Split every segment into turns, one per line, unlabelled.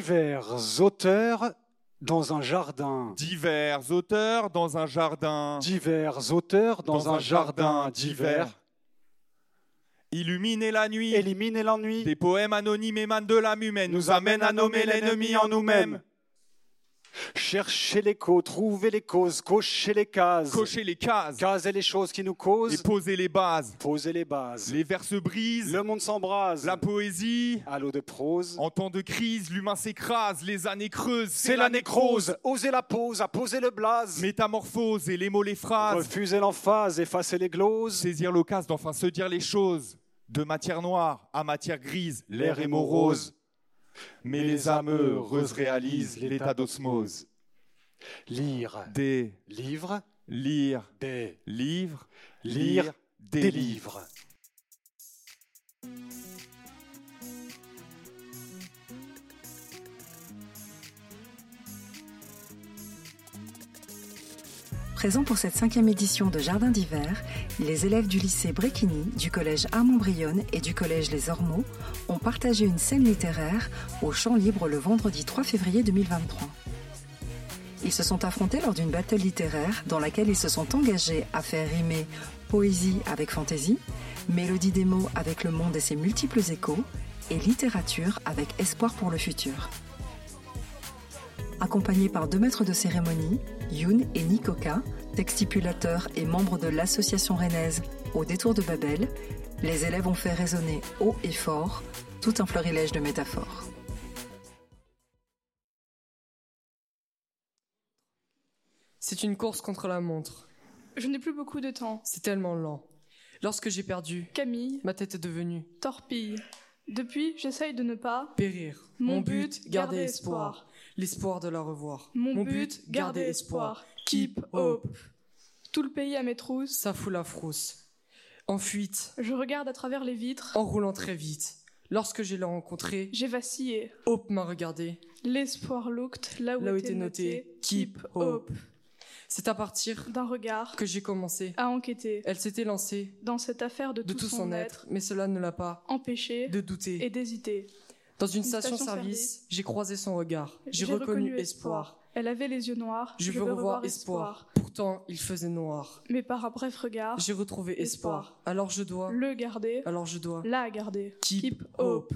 Divers auteurs dans un jardin.
Divers auteurs dans un jardin.
Divers auteurs dans, un, jardin divers.
Illuminer la nuit.
Éliminer l'ennui.
Des poèmes anonymes émanent de l'âme humaine, nous amènent à nommer l'ennemi en nous-mêmes.
Chercher l'écho, trouver les causes, cocher les cases.
Cocher les cases
Caser les choses qui nous
et
causent.
poser les bases.
Poser les bases.
Les vers se brisent,
Le monde s'embrase.
la poésie.
À l'eau de prose.
En temps de crise, l'humain s'écrase, les années creusent,
C'est la nécrose. Oser la pause, à poser le blaze.
Métamorphose et les mots, les phrases.
Refuser l'emphase, effacer les gloses.
Saisir l'occasion d'enfin se dire les choses. De matière noire à matière grise, l'air est morose. Mais les âmes heureuses réalisent l'état d'osmose.
Lire
Des,
livres,
lire,
des
livre,
Lire
des,
des
livres.
livres.
Présents pour cette cinquième édition de Jardin d'hiver, les élèves du lycée Bréquigny, du collège Armand-Brionne et du collège Les Ormeaux ont partagé une scène littéraire au Champ Libre le vendredi 3 février 2023. Ils se sont affrontés lors d'une battle littéraire dans laquelle ils se sont engagés à faire rimer poésie avec fantaisie, mélodie des mots avec le monde et ses multiples échos, et littérature avec espoir pour le futur. Accompagnés par deux maîtres de cérémonie, Youn et Nikoka, textipulateurs et membres de l'association rennaise Au détour de Babel, les élèves ont fait résonner haut et fort tout un florilège de métaphores.
C'est une course contre la montre.
Je n'ai plus beaucoup de temps.
C'est tellement lent. Lorsque j'ai perdu,
Camille,
ma tête est devenue
torpille. Depuis, j'essaye de ne pas.
périr. Mon but, garder espoir. L'espoir de la revoir.
Mon, but, garder espoir. Keep hope. Tout le pays à mes trousses.
Ça fout la frousse. En fuite,
Je regarde à travers les vitres.
en roulant très vite. Lorsque je l'ai rencontré,
J'ai vacillé.
Hope m'a regardé.
L'espoir looked là où,
Là où
était
était noté Keep Hope. C'est à partir
D'un regard
que j'ai commencé.
à enquêter.
Elle s'était lancée
Dans cette affaire de,
de tout son être, mais cela ne l'a pas
empêché
de douter.
et d'hésiter.
Dans une
Une
station-service,
station-service,
j'ai croisé son regard. J'ai reconnu espoir.
Elle avait les yeux noirs.
Je, veux revoir espoir. Pourtant, il faisait noir.
Mais par un bref regard,
J'ai retrouvé espoir.
Espoir.
Alors je dois.
le garder,
Alors je dois.
là à garder.
Keep, hope.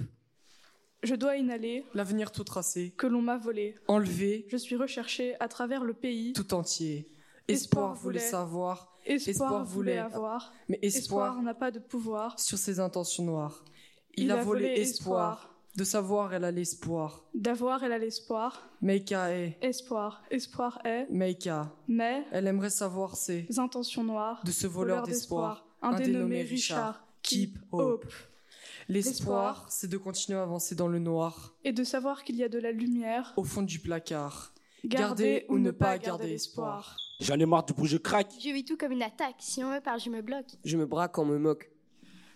Je dois inhaler
L'avenir tout tracé.
que l'on m'a volé.
Enlevé
Je suis recherché à travers le pays.
tout entier.
Espoir
Espoir voulait
voulait.
savoir,
espoir,
espoir voulait
voulait avoir.
mais
Espoir
espoir
n'a pas de pouvoir.
sur ses intentions noires. Il, a, volé espoir. De savoir, elle a l'espoir.
D'avoir, elle a l'espoir.
Meika est.
Espoir. Espoir est.
Meika.
Mais,
Elle aimerait savoir, c'est.
intentions noires.
De ce voleur d'espoir.
Un,
un
dénommé
dénommé
Richard.
Keep
Keep hope.
L'espoir,
L'espoir.
c'est de continuer à avancer dans le noir,
Et de savoir qu'il y a de la lumière.
au fond du placard.
Garder ou ne pas garder espoir.
J'en ai marre du bout, je craque.
Je vis tout comme une attaque. Si on me parle, je me bloque.
Je me braque, on me moque.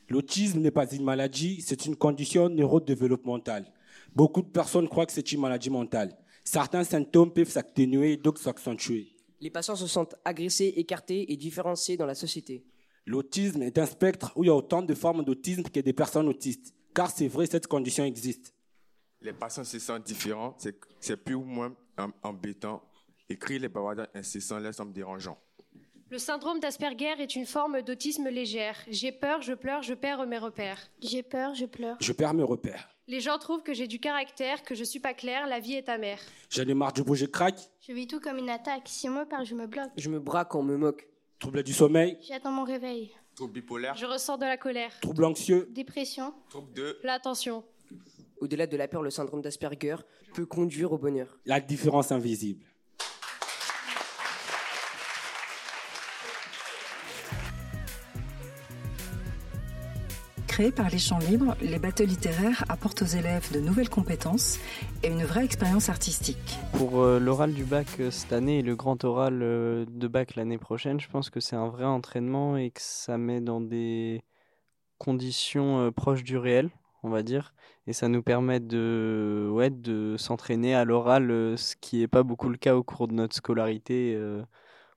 L'autisme n'est pas une maladie, c'est une condition neurodéveloppementale. Beaucoup de personnes croient que c'est une maladie mentale. Certains symptômes peuvent s'atténuer, d'autres s'accentuer.
Les patients se sentent agressés, écartés et différenciés dans la société.
L'autisme est un spectre où il y a autant de formes d'autisme que des personnes autistes. Car c'est vrai, cette condition existe.
Les patients se sentent différents, c'est- c'est plus ou moins em- embêtant. Écrire les bavardages incessants laisse me dérangeant.
Le syndrome d'Asperger est une forme d'autisme légère. J'ai peur, je pleure, je perds mes repères.
J'ai peur, je pleure.
Je perds mes repères.
Les gens trouvent que j'ai du caractère, que je suis pas claire, la vie est amère.
J'en ai marre du bout, je craque.
Je vis tout comme une attaque. Si on me parle, je me bloque.
Je me braque, on me moque.
Troubles du sommeil,
J'attends mon réveil.
Trouble bipolaire,
Je ressens de la colère,
troubles anxieux,
Dépression.
trouble de
l'attention.
Au-delà de la peur, le syndrome d'Asperger peut conduire au bonheur.
la différence invisible.
Créés par les champs libres, les battles littéraires apportent aux élèves de nouvelles compétences et une vraie expérience artistique.
Pour euh, l'oral du bac euh, cette année et le grand oral euh, de bac l'année prochaine, je pense que c'est un vrai entraînement et que ça met dans des conditions euh, proches du réel, on va dire. Et ça nous permet de, ouais, de s'entraîner à l'oral, euh, ce qui n'est pas beaucoup le cas au cours de notre scolarité, euh,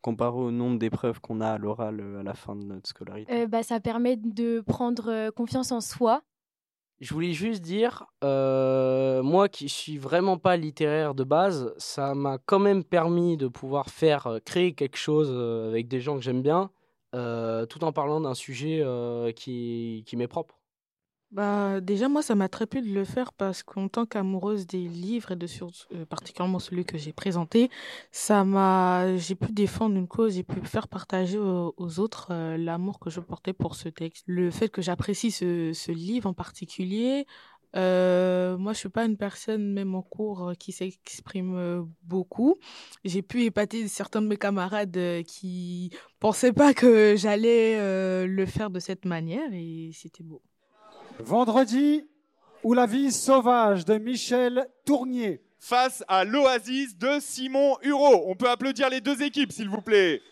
comparé au nombre d'épreuves qu'on a à
bah,
l'oral euh, à la fin de notre scolarité.
ça permet de prendre confiance en soi.
Je voulais juste dire, euh, moi qui suis vraiment pas littéraire de base, ça m'a quand même permis de pouvoir faire euh, créer quelque chose euh, avec des gens que j'aime bien, euh, tout en parlant d'un sujet euh, qui, qui m'est propre.
Bah, déjà, moi, ça m'a très plu de le faire parce qu'en tant qu'amoureuse des livres et de sur- euh, particulièrement celui que j'ai présenté, ça m'a, j'ai pu défendre une cause, j'ai pu faire partager aux, aux autres euh, l'amour que je portais pour ce texte. Le fait que j'apprécie ce, ce livre en particulier, euh, moi, je suis pas une personne, même en cours, euh, qui s'exprime euh, beaucoup. J'ai pu épater certains de mes camarades euh, qui pensaient pas que j'allais euh, le faire de cette manière et c'était beau.
Vendredi ou la vie sauvage de Michel Tournier.
Face à l'Oasis de Simon Hureau. On peut applaudir les deux équipes, s'il vous plaît.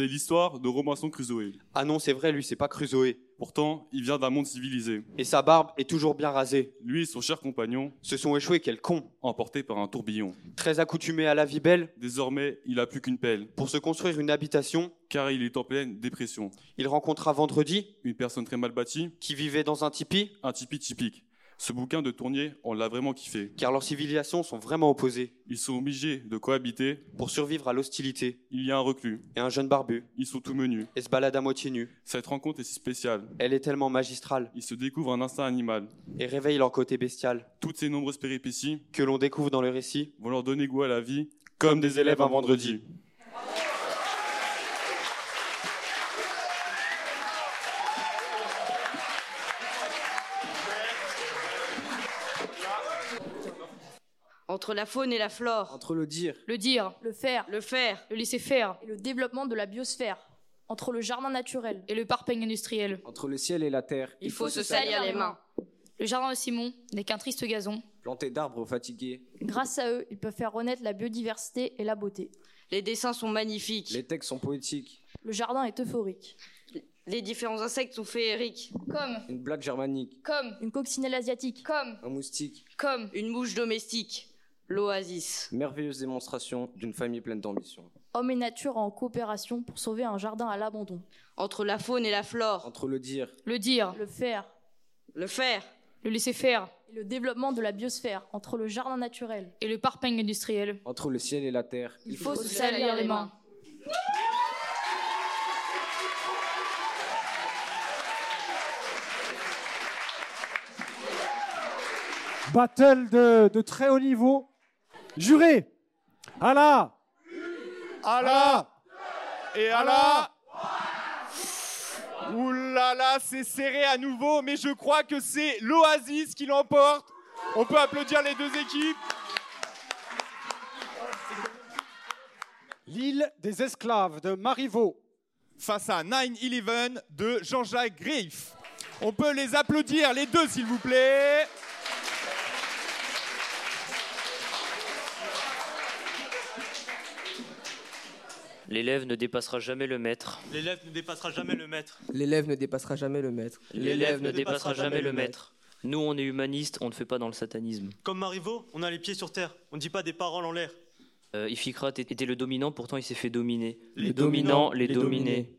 C'est l'histoire de Robinson Crusoe.
Ah non, c'est vrai, lui, c'est pas Crusoe. Pourtant, il vient d'un monde civilisé. Et sa barbe est toujours bien rasée. Lui et son cher compagnon se sont échoués, quel con Emportés par un tourbillon. Très accoutumé à la vie belle, désormais, il a plus qu'une pelle. Pour se construire une habitation, car il est en pleine dépression. Il rencontra vendredi une personne très mal bâtie qui vivait dans un tipi. Un tipi typique. Ce bouquin de Tournier, on l'a vraiment kiffé. Car leurs civilisations sont vraiment opposées. Ils sont obligés de cohabiter. Pour survivre à l'hostilité. Il y a un reclus. Et un jeune barbu. Ils sont tout menus. Et se baladent à moitié nus. Cette rencontre est si spéciale. Elle est tellement magistrale. Ils se découvrent un instinct animal. Et réveillent leur côté bestial. Toutes ces nombreuses péripéties. Que l'on découvre dans le récit. Vont leur donner goût à la vie. Comme des élèves un vendredi.
Entre la faune et la flore.
Entre le dire.
Le dire,
Le faire.
le faire,
Le laisser faire.
et le développement de la biosphère, entre le jardin naturel et le parpaing industriel.
Entre le ciel et la terre,
Il faut se salir les mains. Le jardin de Simon n'est qu'un triste gazon.
planter d'arbres fatigués.
Grâce à eux, ils peuvent faire renaître la biodiversité et la beauté.
Les dessins sont magnifiques.
Les textes sont poétiques.
Le jardin est euphorique.
Les différents insectes sont féeriques.
Comme,
Une blague germanique.
comme une coccinelle asiatique. Comme,
Un moustique.
comme
Une mouche domestique. L'oasis.
Merveilleuse démonstration d'une famille pleine d'ambition.
homme et nature en coopération pour sauver un jardin à l'abandon.
Entre la faune et la flore.
Entre le dire.
Le dire, le faire,
Le faire.
le laisser faire. Et le développement de la biosphère entre le jardin naturel et le parpaing industriel.
Entre le ciel et la terre.
Il faut, se salir les mains.
Battle de, de très haut niveau. Juré. Allah.
Allah Et Allah Ouh là là, c'est serré à nouveau, mais je crois que c'est l'Oasis qui l'emporte. On peut applaudir les deux équipes.
L'île des esclaves de Marivaux.
Face à 9-11 de Jean-Jacques Greif. On peut les applaudir, les deux, s'il vous plaît.
L'élève ne dépassera jamais le maître.
L'élève ne dépassera jamais le maître.
L'élève ne dépassera jamais le maître.
L'élève ne dépassera jamais le maître.
Nous, on est humanistes, on ne fait pas dans le satanisme.
Comme Marivaux, on a les pieds sur terre. On ne dit pas des paroles en l'air.
Euh, Iphicrate était le dominant, pourtant il s'est fait dominer.
Les
Le dominant,
dominants,
les
les
dominés.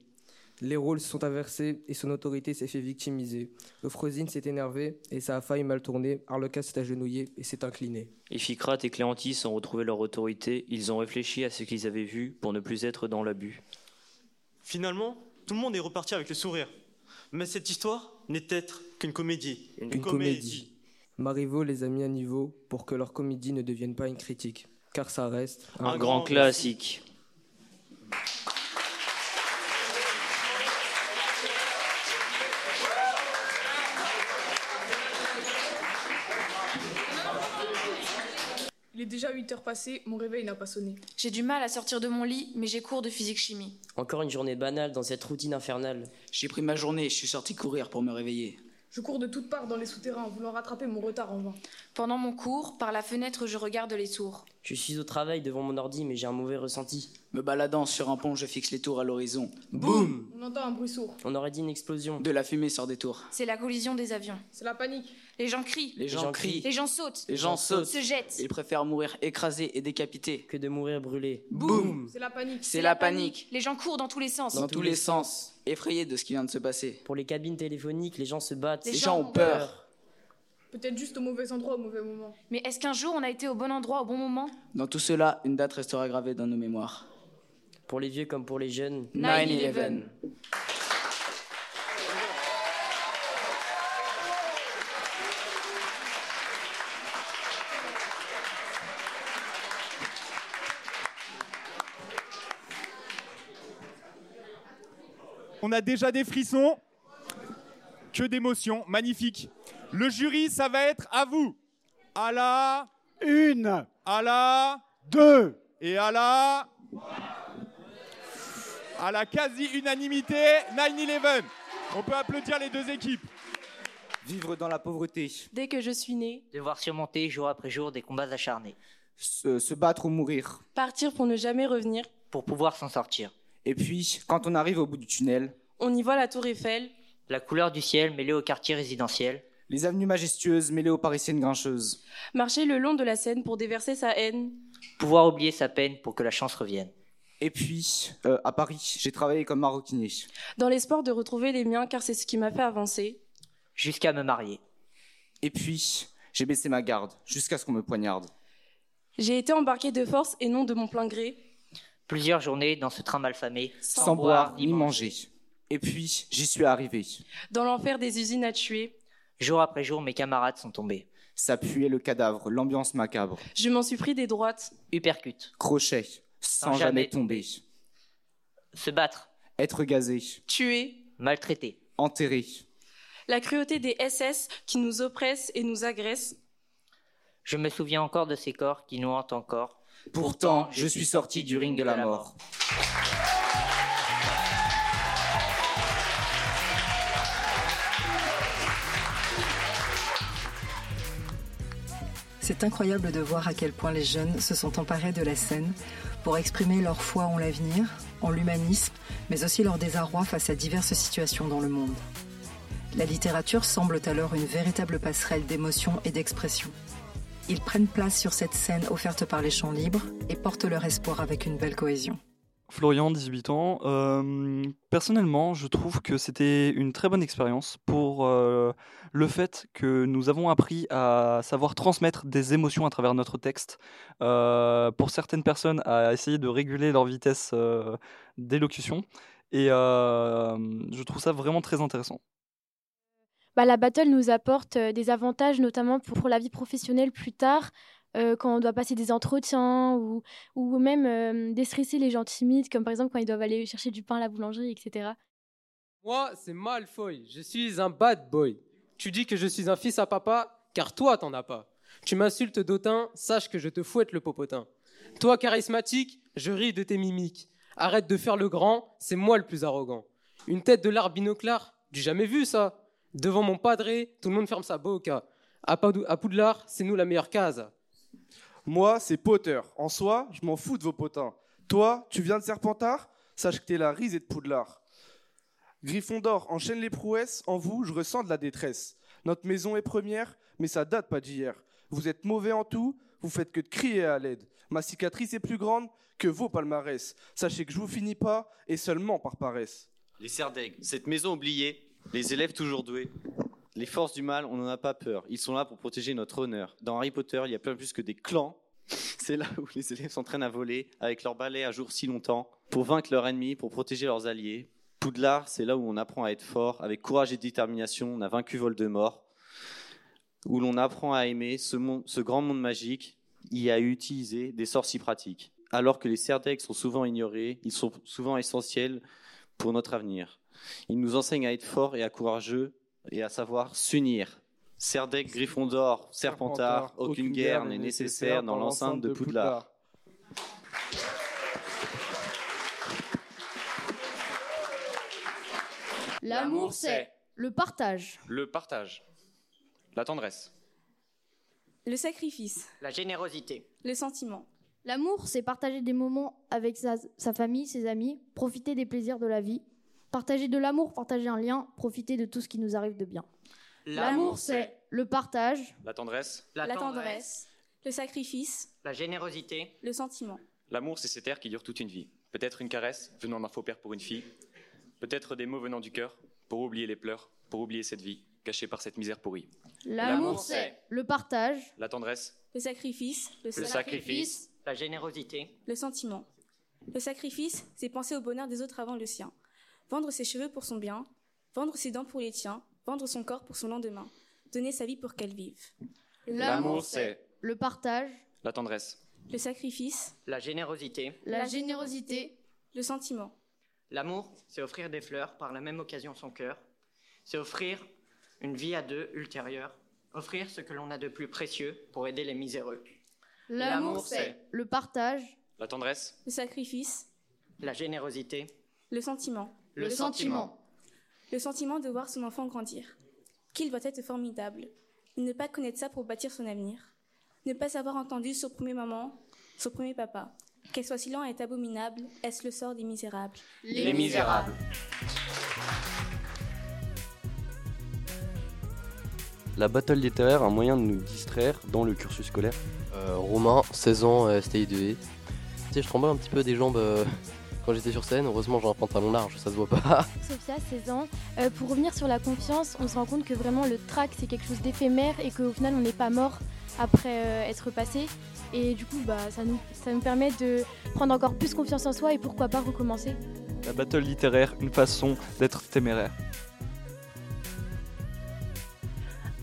Les rôles se sont inversés et son autorité s'est fait victimiser. Euphrosine s'est énervée et ça a failli mal tourner. Arlequin s'est agenouillé et s'est incliné.
Iphicrate et Cléantis ont retrouvé leur autorité, ils ont réfléchi à ce qu'ils avaient vu pour ne plus être dans l'abus.
Finalement, tout le monde est reparti avec le sourire. Mais cette histoire n'est être qu'une comédie.
Marivaux les a mis à niveau pour que leur comédie ne devienne pas une critique. Car ça reste
Un grand classique.
Il est déjà 8 heures passées, mon réveil n'a pas sonné.
J'ai du mal à sortir de mon lit, mais j'ai cours de physique-chimie.
Encore une journée banale dans cette routine infernale. J'ai pris ma journée et je suis sorti courir pour me réveiller.
Je cours de toutes parts dans les souterrains, voulant rattraper mon retard en vain.
Pendant mon cours, par la fenêtre, je regarde les tours.
Je suis au travail devant mon ordi, mais j'ai un mauvais ressenti. Me baladant sur un pont, je fixe les tours à l'horizon. Boum
On entend un bruit sourd.
On aurait dit une explosion. De la fumée sort des tours.
C'est la collision des avions.
C'est la panique.
Les gens crient.
Les gens crient.
Les gens sautent.
Les gens sautent.
Se jettent.
Ils préfèrent mourir écrasés et décapités que de mourir brûlés. Boum
C'est la panique.
C'est la panique.
Les gens courent dans tous les sens.
Dans tous les sens, effrayés de ce qui vient de se passer.
Pour les cabines téléphoniques, les gens se battent.
Les gens ont peur.
Peut-être juste au mauvais endroit, au mauvais moment.
Mais est-ce qu'un jour on a été au bon endroit au bon moment
Dans tout cela, une date restera gravée dans nos mémoires.
Pour les vieux comme pour les jeunes.
9-11.
On a déjà des frissons. Que d'émotions. Magnifique. Le jury, ça va être à vous. À la. Une. À la. Deux. Et à la. À la quasi-unanimité, 9-11. On peut applaudir les deux équipes.
Vivre dans la pauvreté.
Dès que je suis né,
Devoir surmonter jour après jour des combats acharnés. Se, se battre ou mourir.
partir pour ne jamais revenir,
Pour pouvoir s'en sortir. Et puis, quand on arrive au bout du tunnel.
on y voit la tour Eiffel,
La couleur du ciel mêlée au quartier résidentiel. Les avenues majestueuses mêlées aux parisiennes grincheuses.
marcher le long de la Seine pour déverser sa haine,
Pouvoir oublier sa peine pour que la chance revienne. Et puis, euh, à Paris, j'ai travaillé comme maroquinier.
dans l'espoir de retrouver les miens car c'est ce qui m'a fait avancer,
Jusqu'à me marier. Et puis, j'ai baissé ma garde, jusqu'à ce qu'on me poignarde.
j'ai été embarqué de force et non de mon plein gré,
Plusieurs journées dans ce train malfamé.
Sans
Sans,
boire,
boire ni manger. Et puis, j'y suis arrivé.
dans l'enfer des usines à tuer.
Jour après jour, mes camarades sont tombés. Ça puait le cadavre, l'ambiance macabre.
Je m'en suis pris des droites,
Uppercut. Crochet, sans,
jamais
jamais tomber. Se battre. Être gazé.
tuer,
Maltraité. Enterré.
la cruauté des SS qui nous oppressent et nous agressent.
Je me souviens encore de ces corps qui nous hantent encore. Pourtant, je suis sorti du ring de la mort.
C'est incroyable de voir à quel point les jeunes se sont emparés de la scène pour exprimer leur foi en l'avenir, en l'humanisme, mais aussi leur désarroi face à diverses situations dans le monde. La littérature semble alors une véritable passerelle d'émotions et d'expressions. Ils prennent place sur cette scène offerte par les champs libres et portent leur espoir avec une belle cohésion.
Florian, 18 ans. Euh, personnellement, je trouve que c'était une très bonne expérience pour euh, le fait que nous avons appris à savoir transmettre des émotions à travers notre texte. Euh, pour certaines personnes, à essayer de réguler leur vitesse euh, d'élocution. Et euh, je trouve ça vraiment très intéressant.
Bah, la battle nous apporte euh, des avantages, notamment pour, pour la vie professionnelle plus tard, euh, quand on doit passer des entretiens ou, ou même euh, déstresser les gens timides, comme par exemple quand ils doivent aller chercher du pain à la boulangerie, etc.
Moi, c'est Malfoy. Je suis un bad boy. Tu dis que je suis un fils à papa, car toi, t'en as pas. Tu m'insultes d'autant, sache que je te fouette le popotin. Toi, charismatique, je ris de tes mimiques. Arrête de faire le grand, c'est moi le plus arrogant. Une tête de lard binoclard, du jamais vu ça. Devant mon padré, tout le monde ferme sa boca. À Padou- à Poudlard, c'est nous la meilleure case.
Moi, c'est Potter. En soi, je m'en fous de vos potins. Toi, tu viens de Serpentard Sache que t'es la risée de Poudlard. Gryffondor, enchaîne les prouesses. En vous, je ressens de la détresse. Notre maison est première, mais ça date pas d'hier. Vous êtes mauvais en tout, vous faites que de crier à l'aide. Ma cicatrice est plus grande que vos palmarès. Sachez que je vous finis pas, et seulement par paresse.
Les Serdegs, cette maison oubliée, les élèves toujours doués. Les forces du mal, on n'en a pas peur. Ils sont là pour protéger notre honneur. Dans Harry Potter, il y a plein plus que des clans. C'est là où les élèves s'entraînent à voler, avec leur balai à jour si longtemps, pour vaincre leurs ennemis, pour protéger leurs alliés. Poudlard, c'est là où on apprend à être fort. Avec courage et détermination, on a vaincu Voldemort. Où l'on apprend à aimer ce, mon- ce grand monde magique y a utilisé des sorts si pratiques. Alors que les Serdegs sont souvent ignorés, ils sont souvent essentiels pour notre avenir. Il nous enseigne à être fort et à courageux et à savoir s'unir. Serdec, Gryffondor, Serpentard, aucune guerre n'est nécessaire dans l'enceinte de Poudlard.
L'amour, c'est le partage,
Le partage. La tendresse.
Le sacrifice.
La générosité.
Le sentiment.
L'amour, c'est partager des moments avec sa, sa famille, ses amis, profiter des plaisirs de la vie, partager de l'amour, partager un lien, profiter de tout ce qui nous arrive de bien. L'amour, c'est le partage,
La tendresse.
La tendresse.
Le sacrifice.
La générosité.
Le sentiment.
L'amour, c'est cet air qui dure toute une vie. Peut-être une caresse venant d'un faux père pour une fille. Peut-être des mots venant du cœur pour oublier les pleurs, pour oublier cette vie cachée par cette misère pourrie.
L'amour, c'est le partage,
La tendresse.
Le sacrifice.
Le sacrifice.
La générosité.
Le sentiment. Le sacrifice, c'est penser au bonheur des autres avant le sien. Vendre ses cheveux pour son bien, vendre ses dents pour les tiens, vendre son corps pour son lendemain, donner sa vie pour qu'elle vive.
L'amour, c'est
le partage,
la tendresse.
Le sacrifice,
La générosité.
la générosité, le sentiment.
L'amour, c'est offrir des fleurs par la même occasion son cœur. C'est offrir une vie à deux ultérieure. Offrir ce que l'on a de plus précieux pour aider les miséreux. L'amour, c'est
le partage,
La tendresse.
Le sacrifice,
la générosité.
le sentiment.
Le Le sentiment. sentiment.
Le sentiment de voir son enfant grandir. Qu'il doit être formidable. Ne pas connaître ça pour bâtir son avenir. Ne pas avoir entendu son premier maman, son premier papa. Qu'elle soit si lent est abominable. Est-ce le sort des misérables
Les Misérables.
La battle littéraire, un moyen de nous distraire dans le cursus scolaire.
Euh, Romain, 16 ans, euh, STI2E. Tu sais, je tremblais un petit peu des jambes euh, quand j'étais sur scène. Heureusement, j'ai un pantalon large, ça se voit pas.
Sophia, 16 ans. Euh, pour revenir sur la confiance, on se rend compte que vraiment le trac, c'est quelque chose d'éphémère et qu'au final, on n'est pas mort après euh, être passé. Et du coup, bah, ça, nous, ça nous permet de prendre encore plus confiance en soi et pourquoi pas recommencer.
La battle littéraire, une façon d'être téméraire.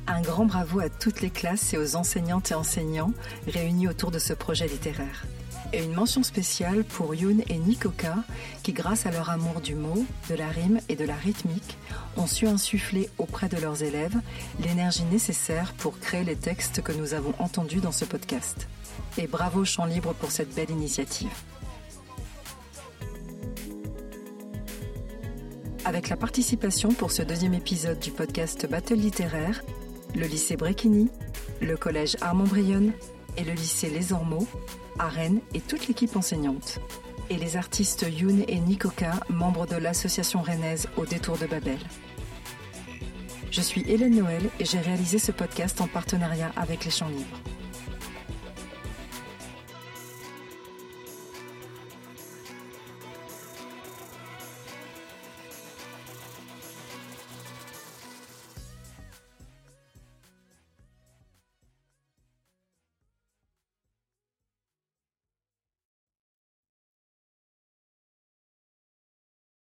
Un grand bravo à toutes les classes et aux enseignantes et enseignants réunis autour de ce projet littéraire. Et une mention spéciale pour Youn et Nikoka, qui grâce à leur amour du mot, de la rime et de la rythmique, ont su insuffler auprès de leurs élèves l'énergie nécessaire pour créer les textes que nous avons entendus dans ce podcast. Et bravo Champ Libre pour cette belle initiative. Avec la participation pour ce deuxième épisode du podcast Battle littéraire, le lycée Bréquigny, le collège Armand-Brionne et le lycée Les Ormeaux, à Rennes et toute l'équipe enseignante. Et les artistes Youn et Nikoka, membres de l'association rennaise Au détour de Babel. Je suis Hélène Noël et j'ai réalisé ce podcast en partenariat avec les Champs Libres.